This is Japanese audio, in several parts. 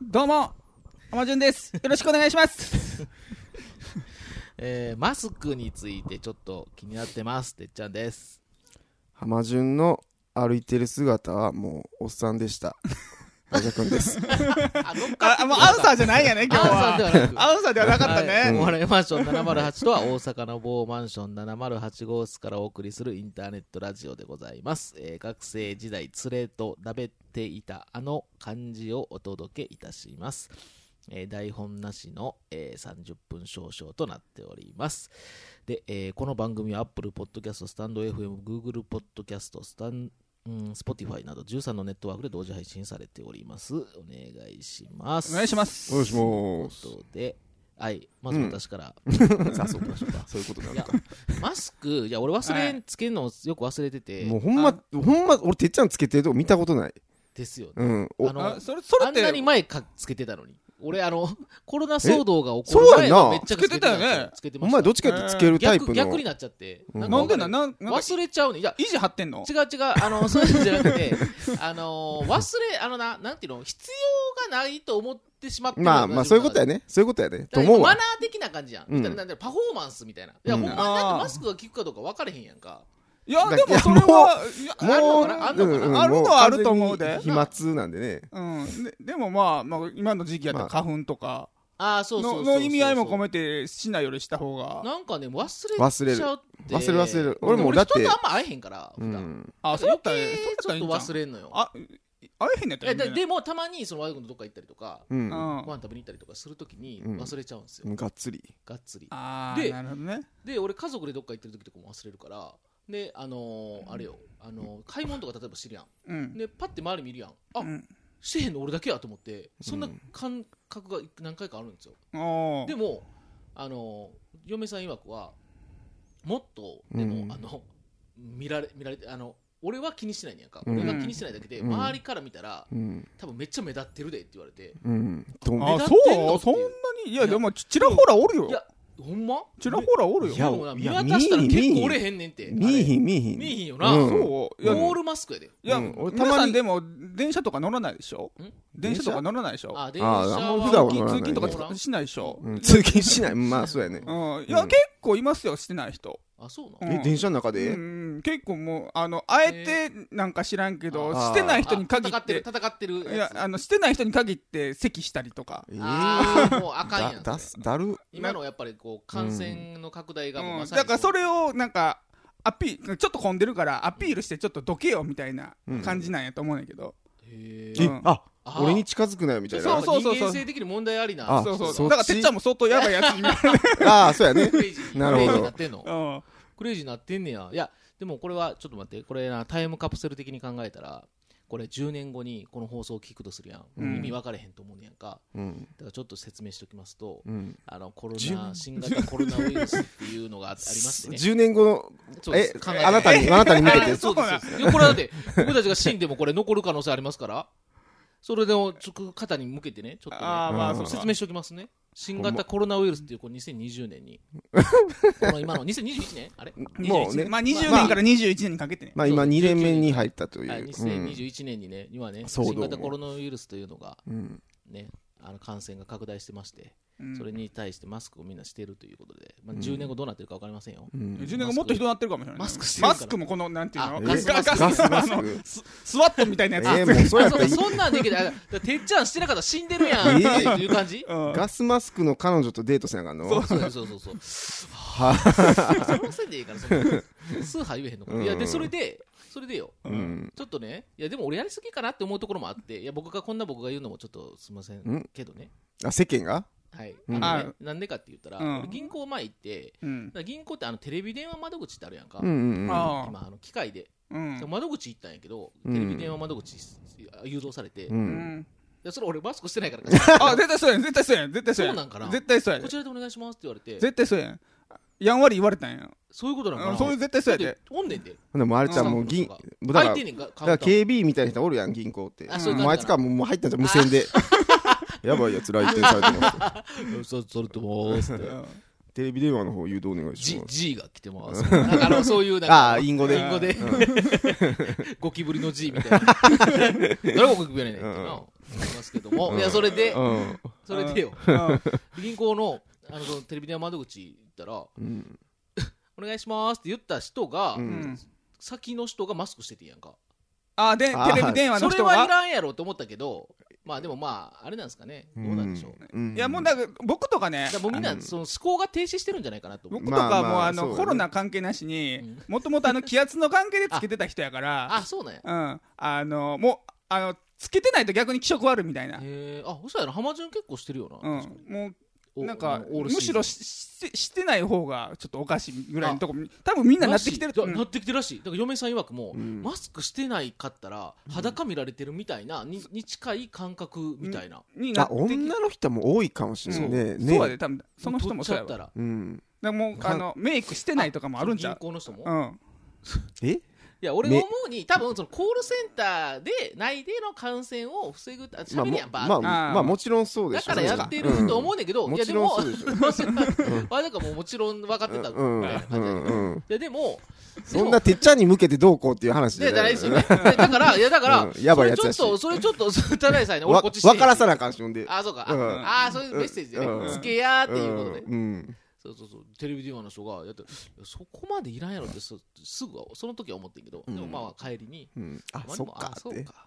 どうも、アマジュンです。よろしくお願いします。えーマスクについてちょっと気になってますてっちゃんです浜順の歩いてる姿はもうおっさん でした。ラジャ君です。あ乗っかあって、くもうれアたウサーじゃないんやね、今日アウは。サーではなくアウサーではなかったはいね。お笑いマンション708とは大阪の某マンション708号室からお送りするインターネットラジオでございます、えー学生時代連れとなべっていたあの漢字をお届けいたします、えー台本なしの、えー30分少々となっておりますで、えーこの番組は Apple Podcast、StandFM、Google Podcast、Stand うん、Spotify など13のネットワークで同時配信されております。お願いします。。お願いしますすお。願いしまというす。ことで、はい、まず私から、さあ、そうか。そういうことないのやか。、マスク、いや、俺忘れん、つけるのよく忘れてて、もうほんま、ほんま、俺、てっちゃんつけてるとこ見たことない。ですよね。うん。おあのあ、それ、それあっんなにて、前かつけてたのに。俺、あの、コロナ騒動が起こそうるやんな前はめっちゃんですつけてたよねつけておました。前、どっちかってつけるタイプ逆の。逆になっちゃって。うんなんでわな、かなん、なんか忘れちゃうね。いや、意地張ってんの違う違う、あの、 そういうんじゃなくて、あの、忘れ、あのな、なんていうの、必要がないと思ってしまってるのがまあまあ、そういうことやね。ね。そういうことやね。とだから思うマわナ。ー的な感じやん。うんみたいななんていうのパフォーマンスみたいな。いや、うんほんまにだっあーてマスクが効くかどうか分からへんやんか。いや、だでもそれは、いや、もあうるのかなあんのかなあるのはあると思うでも完全に飛沫なんでね。うん。ででもまあ、まあ、今の時期やったら花粉とかああ、そうそうそのうそうの意味合いも込めて、しないよりした方が。なんかね、忘れちゃって。忘れる忘れる俺俺もも俺だだっ。って人てとあんま会えへんから、う普段。ん。あ、そうや余ったら、そうや計ったちょらっいいとんちゃう忘れんのよ。あ、あえへんねやったいらいやいんじゃでないでも、たまにその和田君とどっか行ったりとか、う。うんん。ご飯食べに行ったりとかするときにうん忘れちゃうんですよ、がっつり。がっつり。あでー、なるほどね。で、俺、家族でどっか行ってるときとかも忘れるから、で、あのーあれよ、あのー買い物とか例えば知るやん。うん。で、パッて周り見るやん。あ、うんしてへんの俺だけやと思って、そんな感覚が何回かあるんですよ。おーでも、あの嫁さん曰くはもっとでも、うんあの見られ見られてあの俺は気にしてないねやんか、うん俺が気にしてないだけで、うん周りから見たらうん。多分めっちゃ目立ってるでって言われて、うん。と思あう目立ってんのそっうそていうんなにいやでもちちらほらおるよいやほんまちらほらおるよいやでもないや見渡したら見えへん結構おれへんねんって見えひん見えあれ見えひん。ひんよな、うんそういやうんオールマスクやでいや、うん俺たまに皆さんでも電車とか乗らないでしょん電車とか乗らないでしょあ電車ああんまは普段は通乗らない勤と乗らかんしないでしょ、うん通勤しない。まあ、そうやね。うん、いや、うん結構いますよしてない人、あそううなんえ、電車の中でうん、結構もうあのあえてなんか知らんけど、あーしてない人に限あ戦っっててる戦ってるいややつあのしてない人に限って咳したりとかええあーもうあかんやんだだすだる今のやっぱりこう感染の拡大がもううまん、さにだからそれれをなんかアピールちょっと混んでるからアピールしてちょっとどけよみたいな感じなんやと思うんやけど、へうえんえああー俺に近づくなよみたいそなうそうそうそう人間性的に問題ありなあそうそうそっだちからてっちゃんも相当やばいやつになる、ああそうやねクレイジー なるほどクレイジーになってんのうんクレイジーになってんねやいやでもこれはちょっと待ってこれなタイムカプセル的に考えたらこれ10年後にこの放送を聞くとするやん、うん意味分かれへんと思うねやんかうんだからちょっと説明しておきますとうんあのコロ10ナ新型コロナウイルスっていうのがあありましてね10年後のそうでえす考えてあな たにあなたに向けあてそうですそうですそういやこれだって僕たちが死んでもこれ残る可能性ありますからそれでもちょっと肩に向けてねちょっとね、ああまあうんそう説明しておきますね新型コロナウイルスっていうこの2020年にこの今の2021年あれもうねまあ20年から21年にかけてね、まあ今そうそう2年目に入ったというあうん2021年にね、今ね、そう新どう型もコロナウイルスというのが、うんね、あの感染が拡大してまして、うんそれに対してマスクをみんなしているということで、まあ、10年後どうなってるか分かりませんよ。うん10年後もっとひどなってるかもしれないマスクしてるからマスクもこのなんていうのあガスガマスクガスガスあのマススワットみたいなえやつ、ーもうそうやあっそうたらかいいそんなんできない。だからてっちゃんしてなかったら死んでる やんっていう感じうんガスマスクの彼女とデートせなあかんのそうそうそうそうそう。は そのせいでいいから、その数杯言えへんのかな。いや、で、それで、それでよ。うんちょっとね、いや、でも俺やりすぎかなって思うところもあって、いや、僕がこんな僕が言うのもちょっとすみませんんけどね。あ世間がはい。うんあのねはなんでかって言ったら、うん俺銀行前行って、うんだから銀行ってあのテレビ電話窓口ってあるやんか。うんうんうんあ今、あの機械で。あうん窓口行ったんやけど、うんテレビ電話窓口誘導されて、ういんやそれ俺マスクしてないからかあ絶対そうやん絶対そうやん絶対そうやんそうなんかな絶対そうやんこちらでお願いしますって言われて、絶対そうやんやんわり言われたんやそういうことなんかうな。んそれ絶対そうやでだっておんねんで。ほんでもうあれちゃんもう銀だか開いらてんねんか、だカかウらンター KB みたいな人おるやん銀行ってあそういう感じかなもうあいつかもうもう入ったんじゃん無 線でやばいやつ来店されてますうんそうそれともーすって。テレビ電話の方誘導お願いし G, ます。 G が来てます。なんかあのそういうなんか、あー隠語で隠語で、ゴキブリの G みたいな。誰がゴキブリやねんってな。思いますけども、うんいやそれで、うんそれでようん銀行のあのそのテレビ電話窓口行ったら「うんお願いします」って言った人が、うんうん先の人がマスクしててんやんかあであーテレビ電話そのれ人はいがらんやろと思ったけどまあでもまああれなんですかねどうなんでしょう、だかうんいやもうだから僕とかねらもうみんなその思考が停止してるんじゃないかなと思う僕とかはもうまあまああそうのだねコロナ関係なしにうんもともとあの気圧の関係でつけてた人やからあそうなんやうんあのもうあのつけてないと逆に気色悪いみたいなへえあそしたら浜順結構してるよな、うんもうおなんかオールシーズンむしろししてしてない方がちょっとおかしいぐらいのとこ多分みんななってきてるらしいうんだなってきてるらしいだから嫁さん曰くも、うんマスクしてないかったら裸見られてるみたいな、にに近い感覚みたいな、になあってき女の人も多いかもしれないねそうやねで多分その人もそうやわ取っだちかゃったらうんらもうあのメイクしてないとかもあるんちゃう銀行の人も、うんいえや俺が思うに多分そのコールセンターで内での感染を防ぐあしゃべるやんば、まあもまああーまあもちろんそうでだしかょうらねやってると思うんだけど、うんいやでももちろんそうであれなんかもうもちろん分かってたみうんうんたいな感じだけど、うんうんいやでもそんなてっちゃんに向けてどうこうっていう話じでゃじゃなないいですよね。でだから、いやだから、うんやばいやつやしそれちょっと、それちょっとそう、ただでさえね、俺わこっちして分からさなあかんしほんであ、そうか。うんああー、そういうメッセージでねう。んつけやーってういうことんで。うんそうそうそう。テレビ電話の人が、やって、いやそこまでいらんやろって、そすぐは、その時は思ってんけど、うんでもまあ、帰りに、うんあまあでそっもかあそっうてか。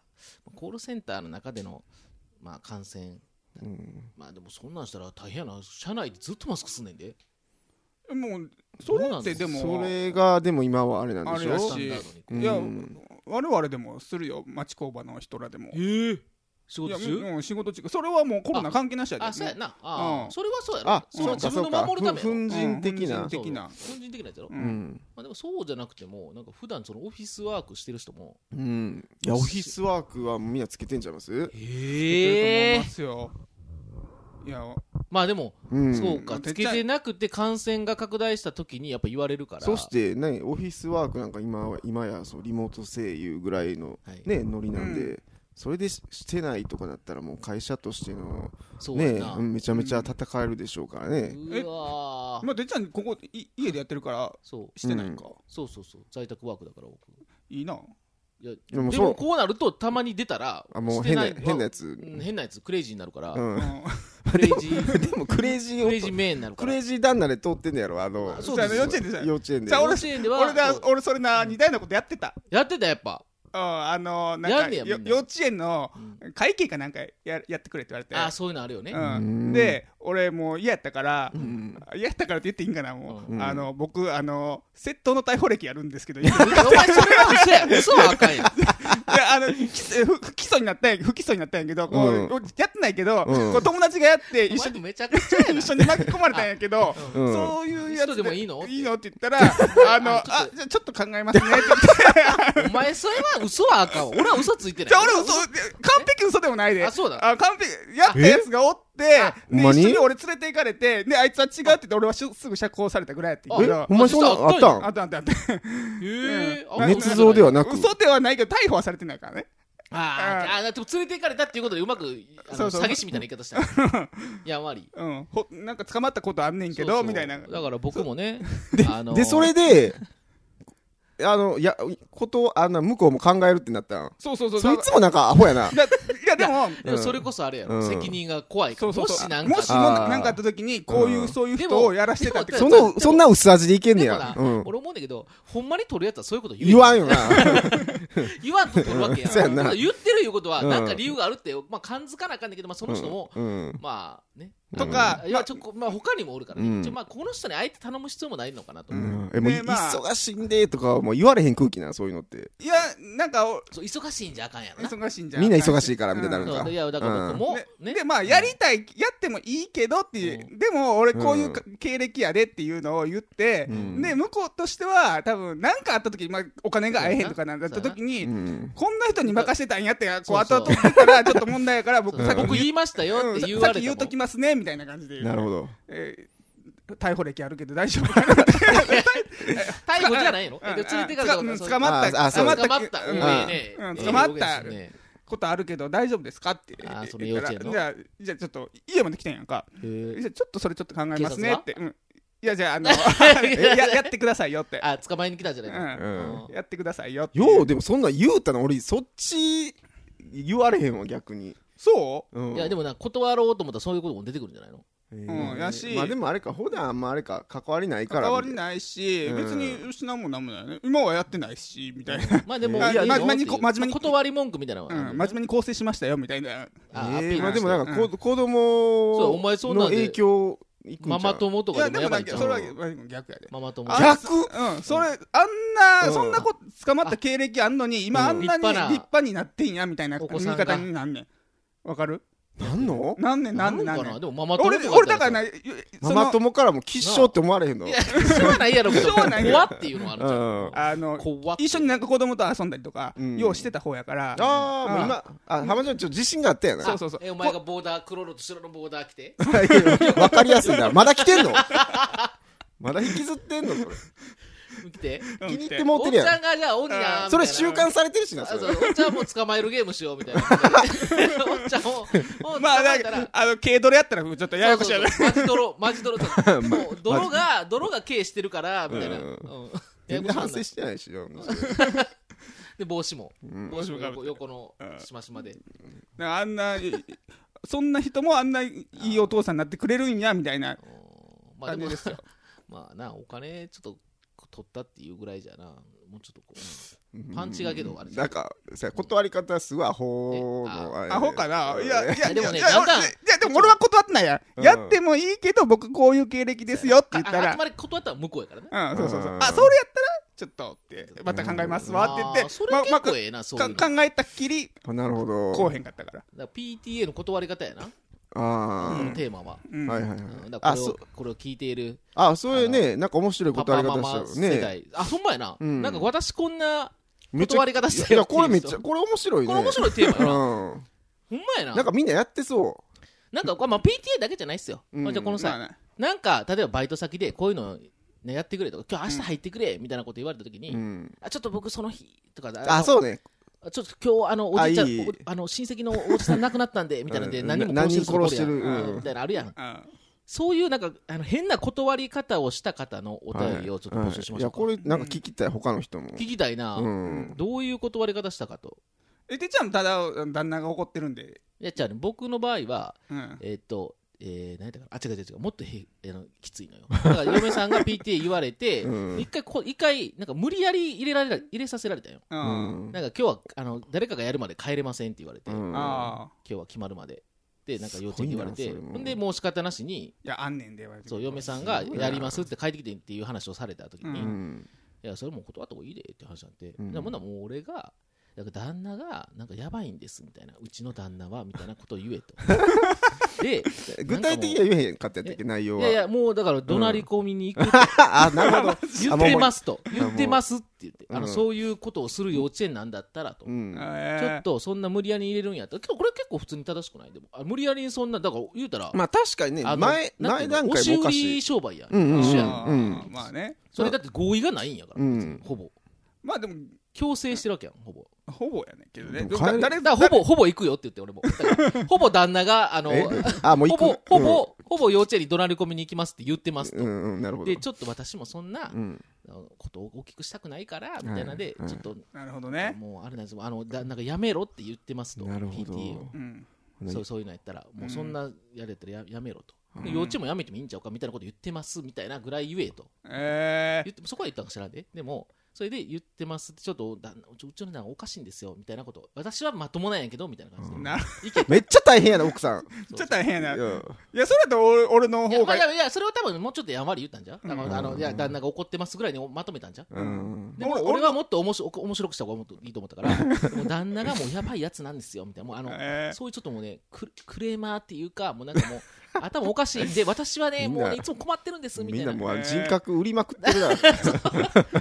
コールセンターの中での、まあ、感染。うんまあ、でもそんなんしたら大変やな。社内でずっとマスクすんねんで。もうそれってでもそれがでも今はあれなんでしあれらょしいスタンダードにこうんいや我々でもするよ町工場の人らでもう。ええ仕いや事中うん仕事中それはもうコロナ関係なしやであ、そうやもな。あうーんそれはそうやろ。あそれそはうか自そう分かの守るたふめやろ。粉塵的うなん的なそうそう個人的なやつやろ、ううんんまあ、でもそうじゃなくてもなんか普段そのオフィスワークしてる人もうんいやオフィスワークはもうみんなつけてんちゃいます出てると思いえますよいやまあでも、うんそうかまあつけてなくて感染が拡大した時にやっぱ言われるからそしてねオフィスワークなんか今は今やそうリモート声優ぐらいのはいねノリなんで、うそれでししてないとかだったらもう会社としてのそうやねな、うんめちゃめちゃ戦えるでしょうからね、えうわーまあてっちゃんここい家でやってるからそうしてないんかそうそうそう在宅ワークだから僕いいないやででももそうこうなるとたまに出たらあもしうて変ない変なやつ、つ、うん変なやつクレイジーになるから、うんうんクレイジー でもクレイジークレイをジーメインになるかクらレイジー旦那で通ってんのやろあのあそそううでやすね幼稚園でさじ幼稚園でゃあ幼稚園では 俺だそう俺それな似たようなことやってたやってたやっぱうんあのなんやんかねやよみんな幼稚園のう会計かなんかややってくれって言われてああそういうのあるよね、ううんんで俺もう嫌やったからうん嫌やったからって言っていいんかなもうんうあの僕あの窃盗の逮捕歴やるんですけどいやお前それは嘘や嘘はあか んやんあのき不不起訴になったんや不起訴になったんやけどこううんやってないけどうんこう友達がやって一一緒緒にめちゃくちゃやな一緒に巻き込まれたんやけどうんそういうやつ一人でもいいのいいのって言ったら あのあちょっあとじゃあちょっと考えますねっ て言ってお前それは嘘はあかんわ俺は嘘ついてないじゃあ俺嘘完璧嘘でもないであそうだあ完璧やったやつがおってあでほんまに一緒に俺連れて行かれてであいつは違うって言って俺はしすぐ釈放されたぐらいやって言うけえどあほんまにそんなあんああっったたんあんとあとあとへうん捏造ではなく嘘ではないけど逮捕はされてないからねあーあーでも連れて行かれたっていうことでうまくあそのうそう詐欺師みたいな言い方したやんわ りうんほなんか捕まったことあんねんけどそうそうみたいなだから僕もねあのーでそれであのいやことをあんな向こうも考えるってなったんそうそうそうそだいかつもなんかアホやならだいやでもでもそれこそあれやろうん責任が怖いからそうそうもそうしなんもかしあもなんかあった時にこういううんそういうで人もをやらしてたってでことそもでものそんな薄味でいけんねでもなや、うん、俺思うんだけどほんまに取るやつはそういうこと言え言わんよな 言わんと取るわけやんそうやんなだから言ってるいうことはうんなんか理由があるってまあ感づかなあかんねんけどまあその人もうんまあねとかいやちょこまあ他にもおるからね、うんちょまあこの人に相手頼む必要もないのかなと、ううんえもういねまあ忙しいんでとかはもう言われへん空気なそういうのっていやなんかおそう忙しいんじゃあかんやろな忙しいんじゃみんな忙しいらからみたいになるんそうかでいやだから僕も、ねねでまあやりたい、やってもいいけどっていう、でも俺こういうか経歴やでっていうのを言って、うんで向こうとしては多分何かあった時、まあ、お金が会えへんとかなんだった時に、うんこんな人に任せたんやってこうそうそ後う々言ったらちょっと問題やからそう僕そう先僕言いましたようんってさ言わ先れて言も、うときますねみたいな感じで言うなるほどえー逮捕歴あるけど大丈夫かなって逮捕じゃないの、うんえで連れてかれたつかうんそう捕まったああそう捕まった、うんうんええねうんええ捕まった表現ですねことあるけど大丈夫ですかってあーそれ言ったら幼稚園のじゃあじゃあちょっと家まで来たんやんかへえじゃあちょっとそれちょっと考えます警察ねはって、うん、いやじゃあ あのややってくださいよってあ捕まえに来たんじゃないの、ううんん、やってくださいよっていうようでもそんなん言うたの俺そっち言われへんわ逆にそうんいやでもな断ろうと思ったらそういうことも出てくるんじゃないのえうんやしまあでもあれか普段あんまあれか関わりないうから関わりないし、うん別に失うもんなんもないよね今はやってないしみたいな、まあでも、いやいいよま真面目にっていこう真面目に断り文句みたいなのはうあるよねん、真面目に構成しましたよみたいなあえアピーえルまあでもなんかこ、う子そうお前そ供うなのんで影響いくんちゃマうマ友といかやででももやばないんんちかゃそれはう逆やでママ友あ逆うん、それあんうなんそんなこと捕まった経歴あんのに今あうんんなに立立派な派になってんやみたいなお見子さんが方になんねんわかるなんのなんねんなんねんななんんかねなんでもママ友とか俺俺だからないマそマの友からも吉祥って思われへんのいやしょうがないやろけどしょうがないよ怖っていうのはあるじうんゃんあの怖っ一緒になんか子供と遊んだりとか、うんようしてた方やからああ、もううん今、あ、浜ちゃん、ちょっと自信があったやな。そうそうそうえお前がボーダー黒のと白のボーダー着てわかりやすいな。まだ来てんのまだ引きずってんのそれ。着てうん気に入っておもうってちるゃやんがじゃあおんやみたいあなん。それ、習慣されてるしな、あそそれう。おっちゃんも捕まえるゲームしようみたいなおっちゃんをを捕ままあなえんたからあの軽泥やったらちょっとややこしいやろそうそうそうマジ泥マジ泥ともう泥が泥が軽してるからみたいなうんうんややこし全然いな反省してないし、よで帽子もん帽子も横帽横のうんしましまでなんかあんなそんな人もあんないいお父さんになってくれるんやみたいなうんまあで感もじですよ まあなお金ちょっと取ったっていうぐらいじゃなもうちょっとこううんパンチがけどあれじゃなんか、さ断り方すごいアホのあれで。アホかないやいやでもねいやいやだんだんいやいやでも俺は断ってないや、うんん、やってもいいけど僕こういう経歴ですよって言あっあたあらんまり断ったら向こうやからねうん、そうそうそうう。んあ、それやったら、ちょっとって、また考えますわって言っあーて、それま結ま構ええなそういうのか考えたっきり、あなるほど。こうへんかったから。だから PTA の断り方やなこあのテーマはうんあ。はいはいはいうんだ。からあ、これそをこれを聞いているあ、そういうね、なんか面白いパ断パりマ方マしたよ世ね。代あほんまやなうんなんか私こんなめっちゃ断り方したよっていいうや、これめっちゃ、人これ面白いね。これ面白いテーマやなうん。ほんまやななんかみんなやってそなんかまあ PTA だけじゃないっすようんまあじゃあこまのあ際ねなんか例えばバイト先でこういうのねやってくれとか今日明日入ってくれみたいなこと言われた時う。にうん。あちょっと僕その日とかあ、うそうね。ちょっと今日あのおじいちゃんあいいおあの親戚のおじさん亡くなったんでみたいなんでうん何もな殺してる何人殺してるこれやんうんみたいなのあるやんうんそういうなんかあの変な断り方をした方のお便りをちょっと募集しまはしょいいや、うか、これなんか聞きたい、他の人も。聞きたいな、うん。どういう断り方したかとえ、てっちゃんもただ、旦那が怒ってるんで、いやじゃあね僕の場合はうん。えーっとえー、何やったかなあ違う違う違うもっとへあのきついのよだから嫁さんが PTA 言われて、 うん一回こ一回なんか無理やり入れられた入れさせられたよう。うんんなんか今日はあの誰かがやるまで帰れませんって言われて、う今んああ。日は決まるまででなんか幼稚園に言すごわいれなてそれもほんでもう仕方なしにいや、あんねんで、そう嫁さんが。がごいなやりますって帰ってきてっていう話をされた時に、ううんいやそれもう断った方がいいでって話になって、うんでもなもう俺がなんか旦那がなんかやばいんですみたいなうちの旦那はみたいなことを言え とで具体的には言えへんかったやったっけ、内容いは。やいやもうだから怒鳴り込みに行く、 あ、なるほど。言ってますと言もうってますって言ってあの、うんそういうことをする幼稚園なんだったらと、うん。えちょっーとそんな無理やり入れるんやったらけどこれ結構普通に正しくないでもあ無理やりにそんなだから言うたら、まあ確かにね、あの前、なんていう前の段階もおか押し売しりい。商売やん、うんうんうん一緒やんあうんーまあね。それだって合意がないんやから、うんほぼまあでも、強制してるわけやんほぼほぼやねんけどね。でも帰れだ誰だからほぼ、ほぼ行くよって言って、俺も。だから ほぼ旦那が、あの、え ほあ、もう行く。ぼ、ほぼ、ほぼ幼稚園に怒鳴り込みに行きますって言ってますうと。ん、うんうん、なるほどで、。ちょっと私もそんなう、ん。あのことを大きくしたくないから、みたいなので、はいちょっと、なるほどね。もうあれなんですよ、あの、旦那がやめろって言ってますと、なるほ PTA をど。うん。そうそういうのやったら、もうそんなやれたらややめろと。でうん幼稚園もやめてもいいんちゃうかみたいなこと言ってますみたいなぐらい言えとえー言ってそこは言ったか知らんででもそれで言ってますってちょっと旦那うちうちの旦那おかしいんですよみたいなこと私はまともなんやけどみたいな感じで、なる意見めっちゃ大変やな、奥さん。ちょっと大変やな。いいやや、それだと俺俺のいや,、方まがあ、い、やいやそれを多分もうちょっとやんわり言ったんじゃうだから、うんあのいや旦那が怒ってますぐらいにまとめたんじゃううん。でも俺俺はもっとおもしお面白くした方がもっといいと思ったからでも旦那がもうやばいやつなんですよみたいなもうあの、えーそういうちょっともうねククレーマーっていうかもうなんかもう頭おかしいんで私はねみんもなうねいつも困ってるんですみみたんいななもう人格売りまくってるな。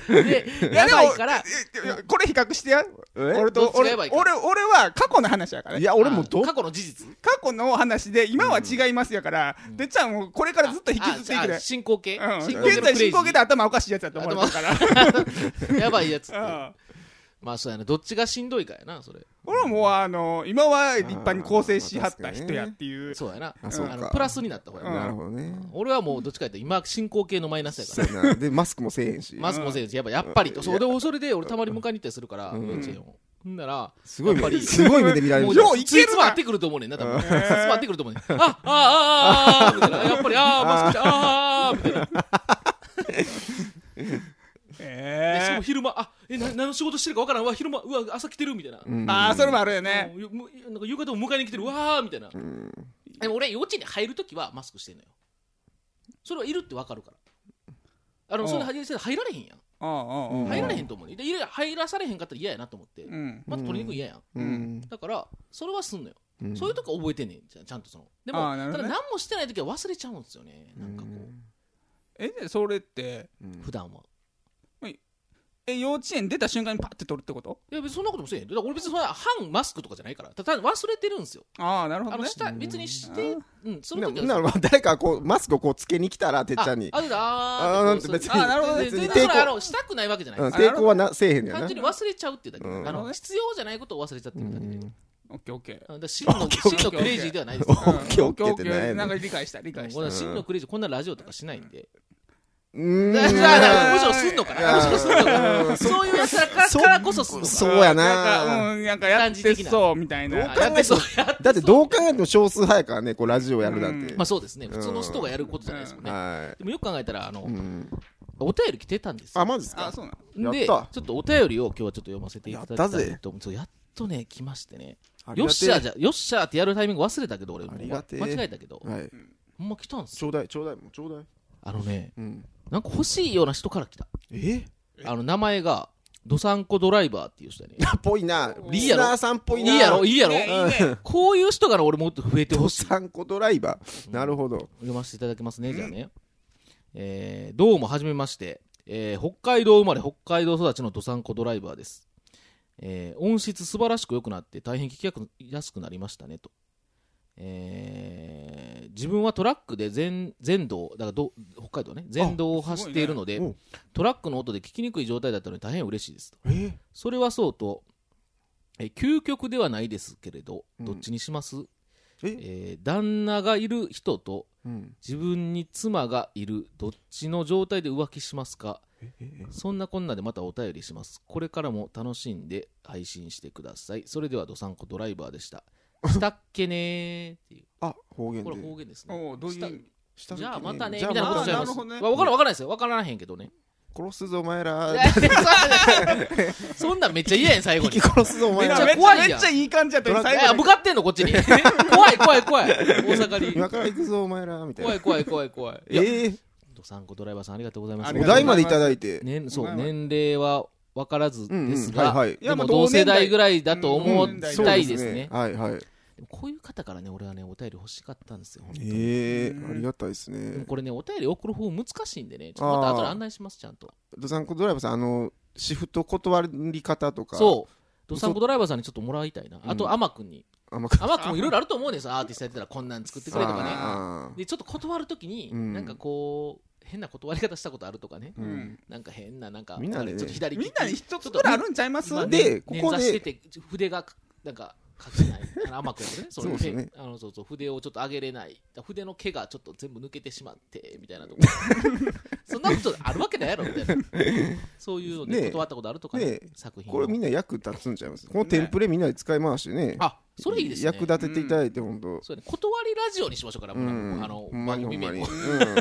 でやばいからいやいやこれ比較してや。え 俺とどっちが俺やばい俺か俺は過去の話やからいねや、俺もうどあ過去の事実過去の話で今は違いますやから、でっちゃんもうこれからずっと引きずっていあくあで、進行形、うん、進行形現の在クレイ進ジ行形で頭おかしいやつやと思われたからー やばいやつってうんまあそうやなどっちがしんどいかやなそれ俺はもうあの今は立派に構成しはった人やっていう、そうやなあそうかあのプラスになった方やな、うんなるほどね。俺はもうどっちかというと今進行形のマイナスやからそうやなで、マスクもせえへんし。マスクもせえへんしやっぱやっぱりと、そうでそれで俺たまに迎えに行ったりするから、うん幼稚園をほんならすごいやっぱ目りすごい目で見られもるうよういいけけるるわなってくると思うねんな多分うん詰まってくると思うねんああああああみたいなやっぱりああマスクちゃんああああみたいなでしかえも昼間あえな何の仕事してるかわからんうわ昼間うわ朝来てるみたいなー、ああそれもあるよねうんよむなんか夕方も迎えに来てるわーみたいな、でも俺幼稚園に入るときはマスクしてんのよそれはいるってわかるからあのうんそれ入入られへんやんうんうんうんうん入られへんと思うねでいや入らされへんかったら嫌やなと思ってうんまず取りにくい嫌やんうんだからそれはすんのよ、うんそういうとこ覚えてんねんちゃちゃんとそのでもあーなるほたどだね何もしてないときは忘れちゃうんですよねなんかこえでそれってうんう普段はえ幼稚園出た瞬間にパッて取るってこといや別にそんなこともせえへんだから俺別にそれは反マスクとかじゃないからただ忘れてるんですよああなるほどあのねした別にしてうんそのな時はなら誰かこうマスクをこうつけに来たらてっちゃんにあ、あだあーあーなっんててこう別にそうあなるほどね別に全然それ抵抗あのしたくないわけじゃないうでん、すあなる抵ほど抗はなせえへんや単な純に忘れちゃうってだけうんなあるほどのね必要じゃないことを忘れちゃってうるだけでんオッケーオッケケあだから真の真のクレイジーではないですオーッケーオッケーってねなんか理解した理解しこたの真のクレイジーこんなラジオとかしないんで うだんからだからむしろすんのかいなやむしろすんのかうなんそういうやつらからそからこそすんのかそうなやんなかうんなんかやってそうみたいなあやってそうやってだってどう考えても少数派やからねこうラジオやるなんて、まあそうですね普通の人がやることじゃないですもんねはでもよく考えたらあのい、うん、お便り来てたんですよあマジっすかあそうなのやったでちょっとお便りを今日はちょっと読ませていただきたやったいぜと思うそうやっとね来ましてねありよっがてえしゃーじゃよっしゃーってやるタイミング忘れたけど俺もありがてえ間違えたけど、はい、ほんま来たんすちよょうだいちょうだいもうちょうだい、あのねうん、なんか欲しいような人から来たえあの名前がドサンコドライバーっていう人やねっぽいなリスナーさんっぽいいないやろいいやろ、ねいいねこういう人から俺もっと増えてほドしいサンコドライバー、なるほど読ませていただきますねじゃあね、えーどうもはじめまして、えー北海道生まれ北海道育ちのどさんこドライバーです、えー音質素晴らしく良くなって大変聞きやすくなりましたねと、えー自分はトラックで全全道だからど北海道ね全道を走っているので、すごいねトラックの音で聞きにくい状態だったので大変嬉しいですとえーそれはそうとえー究極ではないですけれどうんどっちにします、ええー旦那がいる人とうん自分に妻がいるどっちの状態で浮気しますかええそんなこんなでまたお便りしますこれからも楽しんで配信してくださいそれではどさんこドライバーでしたしたっけねーっていあ方言うでこれ方言ですねおうどういう意味したじゃあまたねじゃあみたいなことまじたゃないなまるすほわどね分からん分からないですよ分からんへんけどね殺すぞお前らそんなんめっちゃ嫌やん最後引にき殺すぞお前めっちらゃ怖いやんめっちゃいい感じやったドよラ最いや後向かってんのこっちに怖い怖い怖い大阪今にから行くぞお前らみたい怖ない怖い怖い怖いいやええどさんこドライバーさんありがとうございますありおがとうござ題いまますでいただいて年そおう前は年齢は分からずうんですうんはが、いはいいやでもまあ同同世年代代ぐらいだと思うんいそうたでいですね,、はいはいこういう方からね俺はねお便り欲しかったんですよ、本当にええうんありがたいですでもねこれねお便り送る方難しいんでねちょっとまた後であー案内しますちゃんとドサンコドライバーさんあのシフト断り方とかそうドサンコドライバーさんにちょっともらいたいな、あと天君にうあんま天君もいろいろあると思うんですよアーティストやってたらこんなん作ってくれとかねあーでちょっと断るときに、うんなんかこう変な断り方したことあるとかね、うんなんか変ななんかみんなでねちょっと左利きみんなに一つぐらいあるんちゃいます今でねここで捻挫してて筆がなんか書けないあの甘くや つねそのそうですねペンあのそうそう筆をちょっと上げれない筆の毛がちょっと全部抜けてしまってみたい なとこそんなことあるわけないやろみたいなそういうのでねえ断ったことあるとかねねえ作品これみんな役立つんちゃいますこのテンプレみんなで使い回してねあそれいいですね役立てていただいて本当そうやね断りラジオにしましょうから、うもうんあのほんま番にほん組ま名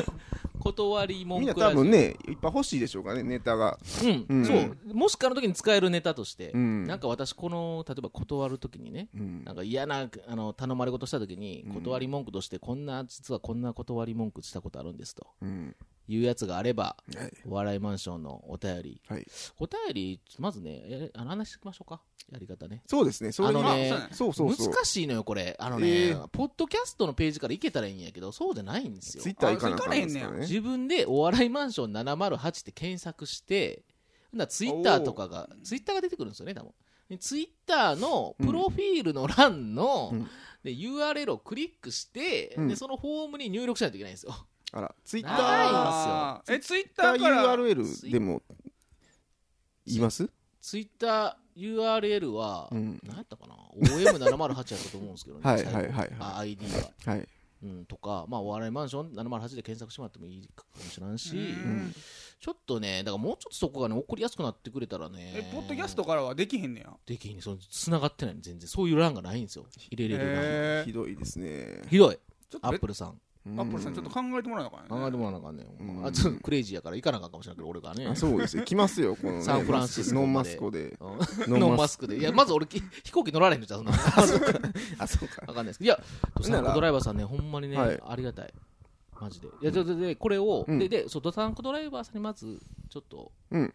にも断りうん文みん句なラジ多オ分ねいっぱい欲しいでしょうからねネタがうん、うんそうもしかの時に使えるネタとして、うんなんか私この例えば断る時にね、うんなんか嫌なあの頼まれ事した時に断り文句としてこんな実はこんな断り文句したことあるんですとうんいうやつがあればはいお笑いマンションのお便りはいお便りまずねやあの話していきましょうかやり方ねそうですねそあれのにねあそうなんそうそうそう難しいのよこれあのね、えーポッドキャストのページからいけたらいいんやけどそうじゃないんですよツイッター行かなあかったんですかあらね自分で「お笑いマンション708」って検索してほんならツイッターとかがツイッターが出てくるんですよね多分でツイッターのプロフィールの欄の、うんで URL をクリックして、うんでそのフォームに入力しないといけないんですよあらツイッタないんーあーえツイッターから URL でも言いますツイッター URL は、うん何やったかな OM708 やったと思うんですけどね はい最後はいはいはいあ ID ははいうん、とか、まあ、お笑いマンション708で検索してもらってもいいかもしれんし、うんちょっとね、だからもうちょっとそこがね、送りやすくなってくれたらね、えポッドキャストからはできへんねやできひんね、その繋がってないの全然、そういう欄がないんですよ、入れれる欄が。へえひどいですねひどい、ちょっとアアッッププルさん。うんアップルさんちょっと考えてもらわなあかんよね考えてもらわなあかんね、うんあちょっとクレイジーやから行かなあかんかもしれないけど、俺がね。あそうですよ来ますよこのねサンフランシスコまでノンマスコでうんノンマスクノンマスクで。いや、まず俺、き飛行機乗られへんのじゃん、そんな。あそうかわかんないですけど、いや、ドなサらンコドライバーさんね、ほんまにね、はいありがたい。マジで。いや、ちょっとで、これを、うんで、で、そう、ドサンコドライバーさんにまず、ちょっと、うん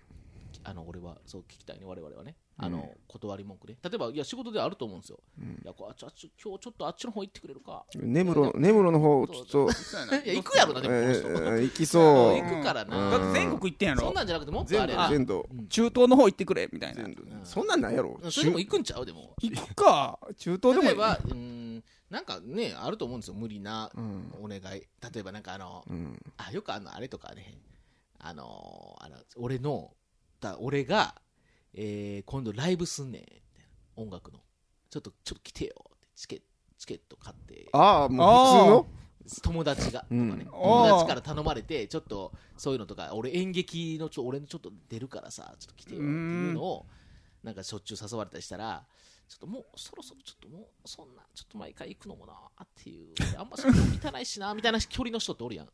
あの、俺は、そう、聞きたいね、我々はね。あの、断り文句ね。例えば、いや、仕事であると思うんですよ。いや、こうあっち、あっち、今日ちょっとあっちの方行ってくれるか。根室根室の方ちょっとそうやないや、行くやろな、えでも、この人。ー行きそ行うくからな。だって全国行ってんやそろんなんじゃなくて、もっとあ全れ部やな全土中東の方行ってくれみたいな全土そんなんないやろそれでも行くんちゃうでも。行くか中東でも例えいいば、うーん、なんかね、あると思うんですよ、無理なうんお願い。例えば、なんかあの、うんあよくあのあれとかねあのーあの俺のだ俺が、えー今度ライブすんねんみたいな音楽のちょっとちょっと来てよってチケチケット買ってああも友達がとかうんね、おー友達から頼まれてちょっとそういうのとか俺演劇のちょ俺のちょっと出るからさちょっと来てよっていうのをなんかしょっちゅう誘われたりしたらちょっともうそろそろちょっともうそんなちょっと毎回行くのもなっていう俺あんまそこ行かないしなみたいな距離の人っておるやん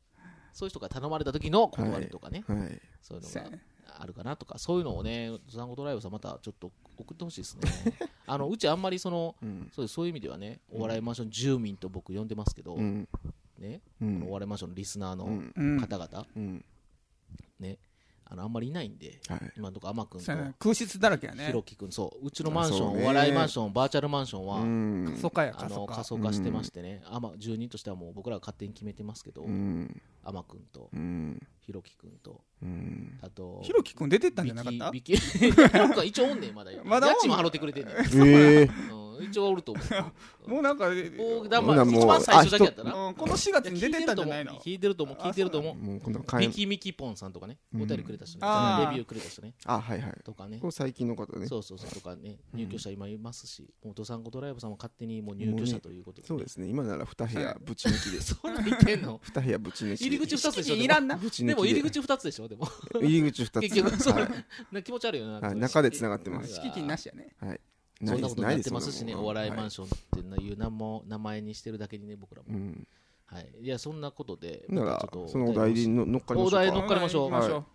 そういう人から頼まれた時の断りとかね、普通のはいそういうのそうやがねあるかなとかそういうのをねドサンゴドライブさんまたちょっと送ってほしいで すねあのうちあんまりそのうんそうそういう意味ではねお笑いマンション住民と僕呼んでますけど、うんね、こうのおん笑いマンションのリスナーのうんうん方々、うんね、あのあんまりいないんで、はい今のところ天君とそうやな空室だらけやひねろき君、そう、うちのマンショあそン、うねお笑いマンション、バーチャルマンションは、うん過疎化やあ過の疎仮化想化してましてね、あま住人としてはもう僕らが勝手に決めてますけど、うん天君とうんひろき君と、うんあと、ひろきくん出てったんじゃなかったビキビキ ひろき君は一応おんねん、まだ よ。まだおん家の賃も払ってくれてんねん。ええうん一応おると思 う。もうなんか僕、うだまほなあもう一番最初だけやったな。んこの4月に出てったんじゃないの聞いてると思う、聞いてると思う。もうこの会ミキミキポンさんとかね、うんお便りくれた人ねあ、ーレビューくれた人ね、あはいはいとかねこ、れ最近の方ねそうそうそう、とかね、入居者今いますし、もうドサンコドライブさんも勝手にもう入居者ということで、。そうですすね今なら2部屋ぶち抜きですそんなん言ってんの2部屋ぶち抜き入り口2つでし敷ょ地にいらんなぶち抜きでも入り口2つでしょでも。入り口2つ結局、そうはいな気持ち悪いよな。はいそう中で繋がってます敷地なしやねはいそんなことになってますしね、ないですお笑いマンシションっていう名も名前にしてるだけにね、僕らも。うんはい。いや、そんなことで、なまたらちょっとそのお題にの乗っかりましょうお題か乗っかりましょう行きは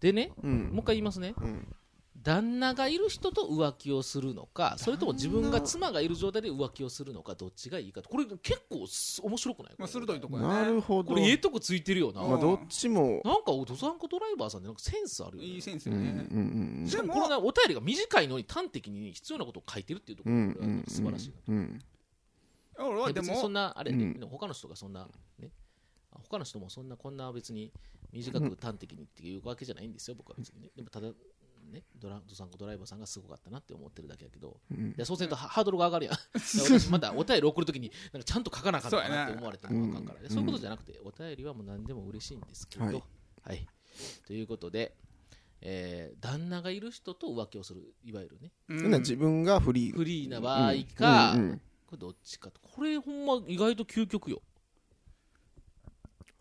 でね、うもうん一回言いますね。うん旦那がいる人と浮気をするのかそれとも自分が妻がいる状態で浮気をするのかどっちがいいかこれ結構す面白くないまあ鋭いとこやねなるほこどれええとこついてるよな、うんまあどっちもなんかドサンコドライバーさんってなんかセンスあるよ、ね、いいセンスうんようんねうんしかもこのねお便りが短いのに端的に必要なことを書いてるっていうとこうろんがなんか素晴らしいな、うん俺いはやで別にそんもなあれやで、うん他の人がそんなね他の人もそんなこんな別に短く端的にっていうわけじゃないんですよ、僕は別にねでもただねドラドサンコドライバーさんがすごかったなって思ってるだけやけど、うんいやそうするとハハードルが上 がるやん。だから私まだお便り送るときになんかちゃんと書かなあかんのかなって思われてもあかんから、ね、そうそうやないうことじゃなくて、お便りはもう何でも嬉しいんですけど。ははいい、ということで、えー旦那がいる人と浮気をする、いわゆるね、うんそんな自分がフリーフリーな場合うんか、うんうんこれどっちかと、これほんま意外と究極よ。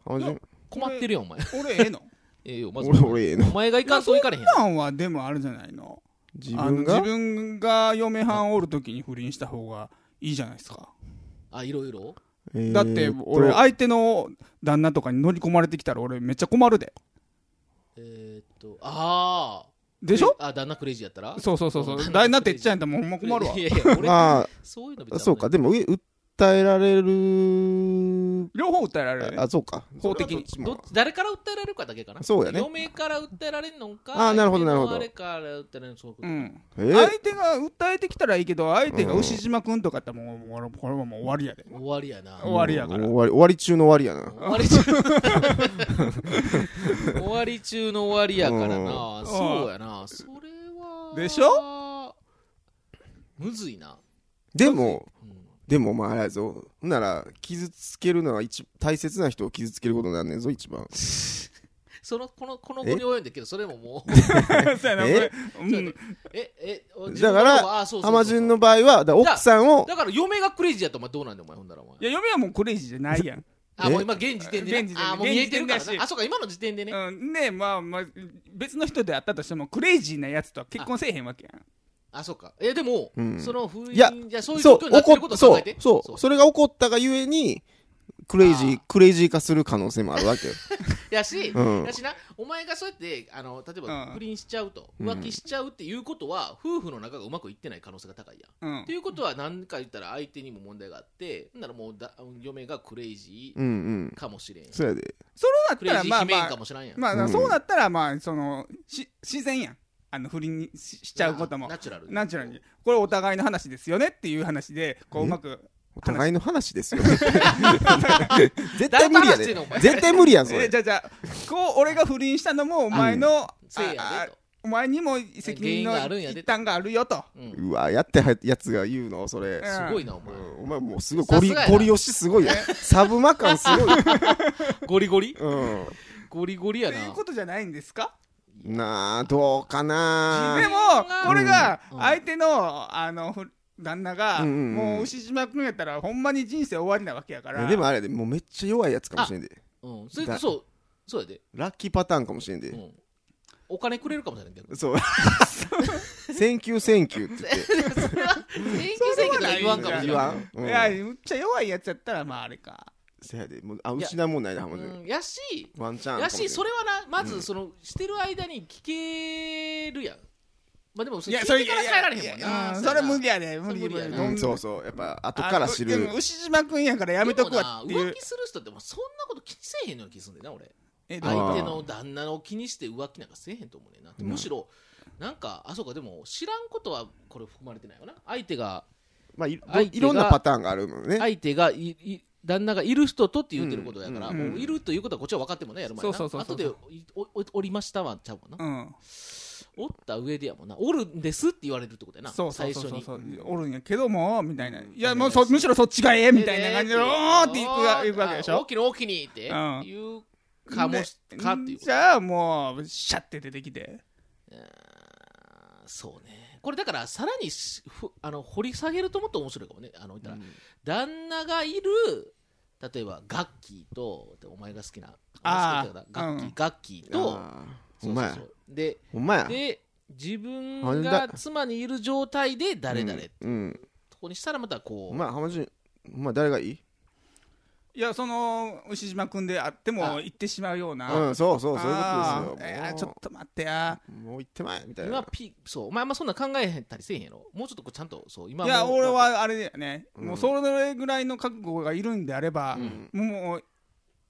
あじゃ困ってるやん、お前。俺ええのええよ、まず俺俺ええおの前がいかんといかれへんやん。パンはでもあるじゃないの自あの分自が分が嫁はんおるときに不倫した方がいいじゃないですかあ、いろいろ。えーだって俺と相手の旦那とかに乗り込まれてきたら俺めっちゃ困るでえーっと、ああ。でしょあ、旦那クレイジーやったらそうそうそうそそうう旦那って言っちゃうんだもんほんま困るわいやいや、俺、まあそういうの別あにそうか、でも、う訴えられる。両方訴えられるあ、そうか。法的にそれはどっどっちもち誰から訴えられるかだけかな。そうやね嫁から訴えられるのか、あーなるほどなるほど相手のあれから訴えられるのかそういうこうとんえ相ー手が訴えてきたらいいけど相手が牛島君とかやったらもう俺これはもう終わり やで終わりやな。終わりやから終わり、終わり中の終わりやな。終わり中終わり中の終わりやからな。んそうやな。それは。でしむずいな。でも、うんでも、まあ、あれやぞ。ほんなら、傷つけるのは一、大切な人を傷つけることになんねんぞ、一番。そのこのこのえ後に及んだけどそれももうそうやな、こえれ。うん。 ええだからアマジュンの場合はだから奥さんをだから嫁がクレイジーやとお前どうなんだよお前ほんならお前いや、嫁はもうクレイジーじゃないやん。あもう今現時点でね現時点であもう見えてるから現時点ねだしあそうか今の時点でね、うん、ねまあまあ、別の人であったとしても、クレイジーなやつとは結婚せえへんわけやん。あそうかえでも、うんその封いや印じゃそういうそ状況うになってるこ怒っとをそ考うえてそうそれが起こったがゆえにクレイジーあークレイジー化する可能性もある わけよやし、うんやしなお前がそうやってあの例えばうん不倫しちゃうと、うん浮気しちゃうっていうことは夫婦の仲がうまくいってない可能性が高いやんうんって。いうことは何か言ったら相手にも問題があってほんならもうだ嫁がクレイジうんうんーかもしれん、そうやでそうなっクたレイら、ジまーあ悲ま鳴あか、もしれんやん、まあ、うんそうなったら、まあ、その、し自然やん。あの、不倫にししちゃうこともナ。チュラルナチュラルに。これお互いの話ですよねっていう話で、こう、うまく。お互いの話ですよ 絶対誰無と理話やしてんでのお前絶対無理やんそえれじゃあじゃあこう俺が不倫したのもお前の、あせいやあでとお前にも責任の原因があるんやで一端があるよとうんうわやってはやつが言うのそれうんすごいなおう前んお前もうすごいゴリさすがやなゴリ押しすごいよサブマ感すごいよゴリゴリ うゴリゴリっやてないうことじゃないんですかんなあどうかなでもうんこれがうん相手のあのふ旦那が、うんうんうんもう牛島君やったらほんまに人生終わりなわけやかいらやでもあれやでもうめっちゃ弱いやつかもしれんでうんそれだそうそうやで、ラッキーパターンかもしれんうでん、お金くれるかもしれんけど そう「センキューセンキュー」って言ってそれは元気せんけど言わんかもしれん言わんうんいやむっちゃ弱いやつやったらまああれかせやでもうあ失うもんないな浜う田んやしワンチャンやしそれれはなまずそのしてる間に聞けるやんまあでもそいれや聞いてから帰られへんもんいやうんなうやそなれ無理やで無理それ無理やなどんうんそうそうやっぱ後から知あうるでも牛島君やからやめとくわってでもいなう浮気する人ってもうそんなこと気にせえへんのよ気すんでな俺えどういうこと相手の旦那を気にして浮気なんかせえへんと思うねんなうんむしろなんかあそうかでも知らんことはこれ含まれてないよな相手がまあい相手がいろんなパターンがあるもんね相手がいい旦那がいる人とって言ってることやから、うんうんもういるということはこっちは分かってもねやる前なそうそうそうそう後でいおおおりましたはちゃうもんな、うんおった上でやもんなおるんですって言われるってことやなそうそうそうそう最初にそうおるんやけどもみたいないやもうおそ願いしますむしろそっちがええみたいな感じでおええーっていくわいくわけでしあょ大きに大きにってうん言うかもしかっていうこじゃあもうシャッて出てきてとあーそうねこれだからさらにしふあの掘り下げるともっと面白いかもねあの言ったら、旦那がいる例えばガッキーとお前が好きなあーお前好きだからガッキー、うんガッキーとあーそほんうそまうやそうでほんまやで自分あれがだ妻にいる状態で誰々ってうんうんとこにしたらまたこほうんまや浜順ほんまや誰がいいいやその牛島君であってもあ行ってしまうようなうんそうそうそういうあことですーよいもやうちょっと待ってやもう行ってまえみたい今なピそうお前あんまそんな考えへんたりせえへんやろもうちょっとこうちゃんとそう今いやもう俺はあれだよねうんもうそれぐらいの覚悟がいるんであればうんもう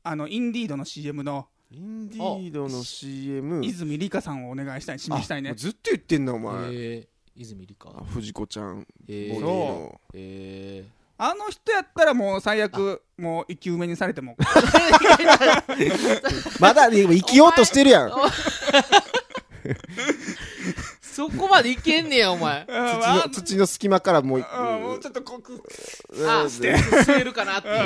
あのインディードの CM のインディードの CM 泉里香さんをお願いしたい指名したいあもねうずっと言ってんなおえ前ー、泉理あ香藤子ちゃんえボーディそのえあの人やったらもう最悪もう生き埋めにされても ー、まだでも生きようとして るやんそこまでいけんねやお前土土の土の隙間からもううんもうちょっとこく、あし捨てるかなってういう、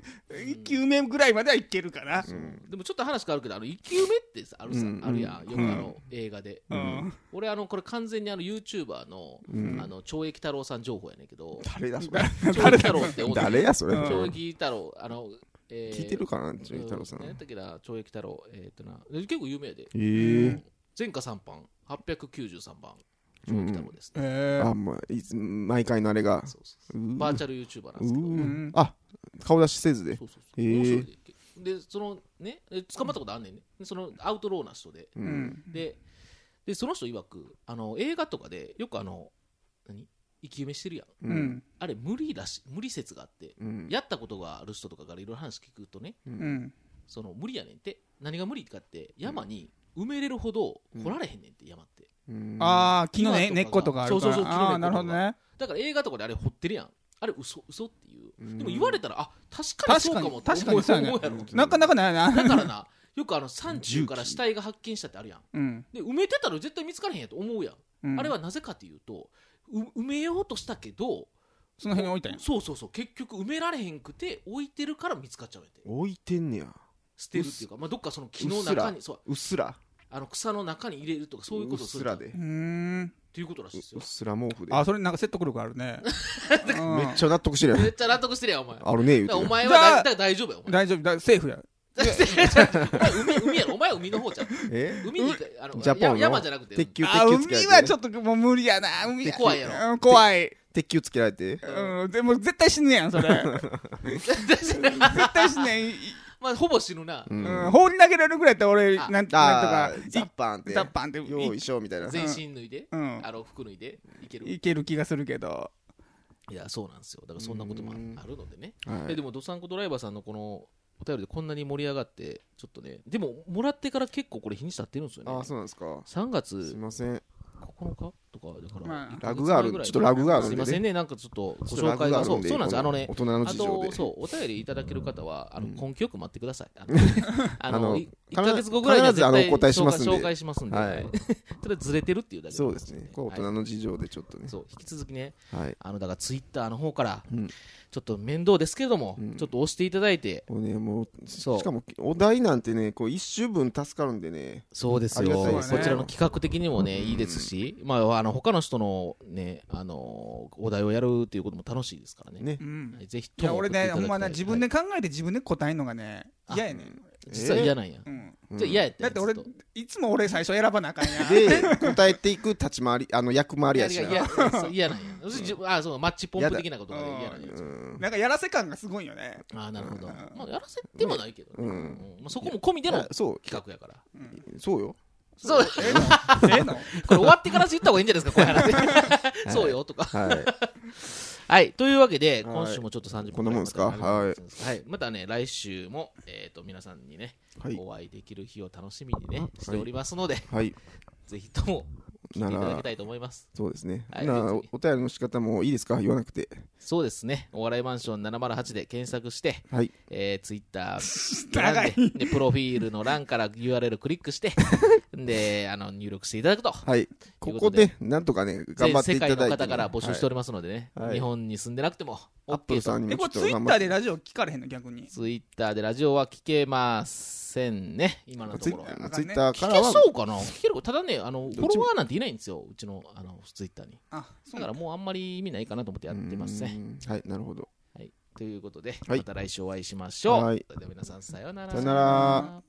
ん、1球目ぐらいまではいけるかな。 でもちょっと話変わるけどあの1球目ってさあるさ、うんあるやんよくあの、映画で、うん、俺あのこれ完全にあの YouTuber の,、うんあの懲役太郎さん情報やねんけど 誰だそれ懲役太郎って大手誰やそれうん懲役太郎あの、えー聞いてるかなジョイ太郎さんうん何やったっけな懲役太郎えーっとな結構有名やでえ前科3番893番うん懲役太郎です、ねええーあもういつ毎回のあれがそうそうそううーバーチャル YouTuber なんでうすけどんーあ顔出しせずでそうそうそう、へー面白いででそのねで捕まったことあんねんねでそのアウトローな人でううんん、ででその人曰くあの映画とかでよくあの何生き埋めしてるやんううんん、あれ無理らしい無理説があって、うんやったことがある人とかからいろいろ話聞くとねううんん、その無理やねんって何が無理かって山に埋めれるほど掘られへんねんって山って、うんああ、木の、ね、木根の根っっここととかかあるからそうそうそう木あの根っことかあー、なるほどね。だから映画とかであれ掘ってるやんあれ嘘嘘っていう、うんでも言われたらあ確かにそうかもって確かに確かに思う思うやろ、そうやねなかなかないな。だからな よくあの山中から死体が発見したってあるやん うん、で埋めてたら絶対見つからへんやと思うやんうん、あれはなぜかというとう埋めようとしたけどその辺に置いたんや。そうそうそう結局埋められへんくて置いてるから見つかっちゃうんやて置いてんねや捨てるっていうか、まあ、どっかその木の中にそううっすらあの草の中に入れるとかそういうことをすうっするらっでうーんていうことらしいですうっよすら毛布であそれなんか説得力ある ねうんめっちゃ納得してるやんめっちゃ納得してるやんお前だかあるね言うらおてる前じゃあは大大丈夫やお前 大丈夫だセーフやお前海海やろお前は海の方じゃんえ海に行かあのジャポンのや山じゃなくて鉄球あ鉄球つけ海らはれちてょっともう無理やな海は怖いやうん怖い、鉄球つけられてうん、でも絶対死ぬやんそれ絶対死ねんいまあほぼ死ぬな、うんうん、あ放り投げられるぐらいやったら俺あなんなんあとかーザッパンってザッパンって用意しようみたいな全身脱いで、うんあの服脱いでいけるいける気がするけどいやそうなんですよだからそんなこともああるのでね、はえいでもどさんこドライバーさんのこのお便りでこんなに盛り上がってちょっとねでももらってから結構これ日にち経ってるんですよねああそうなんですか3すい月ません9日とかだから、まあ1ラグがあるヶ月前ぐらいちょっとラグがあるんすでいねませんねなんかちょっとごちょっとラ紹グ介ががあるそんうでそうなんですあのね大人のあ事情でとそうお便りいただける方はあのうん根気よく待ってください。あの ああののい一必ずヶ月後ぐらいには絶対必ずあのお答えしますん紹で介紹介しますんで、 はいはいそれはずれてるっていうだけそうですねこれこ大人の事情でちょっとねそう引き続きねはいあのだからツイッターの方からうんちょっと面倒ですけれども、うんちょっと押していただいてこれねもうしそうしかもお題なんてねこう一週分助かるんでねそうですありよがたいこですねちらの企画的にもね、うんいいですし、まあ、あの他の人の,、ね、あのお題をやるっていうことも楽しいですからね。ねうんはいぜひいとやも送俺っていねただきたいほんまな自分で考えて自分で答えんのがねあ嫌やねん、はい実は嫌なんや。うん、うんじゃあ嫌やったんだやって俺ずといつも俺最初選ばなあかんやんで答えていく立ち回りあの役回りやいしやないやそう嫌なんや。そしてあそうマッチポンプ的なことがね嫌やだなんや。うんなんかやらせ感がすごいよねあーなるほど。うんまあやらせてもないけどね。うんうんまあそこも込みでのいやそう企画やから。そうよ そう、ええのえこれ終わってから言った方がいいんじゃないですか、こう いう話。そうよとか。はいはい、というわけで、はい今週もちょっと30分こんなもんですかはい。はい、またね、来週も、えっと、皆さんにね、はいお会いできる日を楽しみにね、しておりますので、はいぜひとも聞いなていただらきたいと思います。そうですねはいなあお別にお便りの仕方もいいですか言わなくてそうですね、お笑いマンション708で検索して、はいえー、ツイッタ ー長いでプロフィールの欄から URL クリックして であの入力していただくとはいここでなんとかね頑張っていただ全世界いてねの方から募集しておりますのでね、はい日本に住んでなくてもアップ OK ルとさんにもこれちょツっイと頑ッ張ターってでラジオ聞かれへんの逆にツイッターでラジオは聞けませんね今のとツイころあかんねツイッターか聞らけはそうかな聞けるただねあのフちもォロワーなんていないんですようちのあのツイッターにあそだうからもうあんまり意味ないかなと思ってやってますねうんはいなるほどはい、ということで、はいまた来週お会いしましょう、はいそれでは皆さんさようならさようなら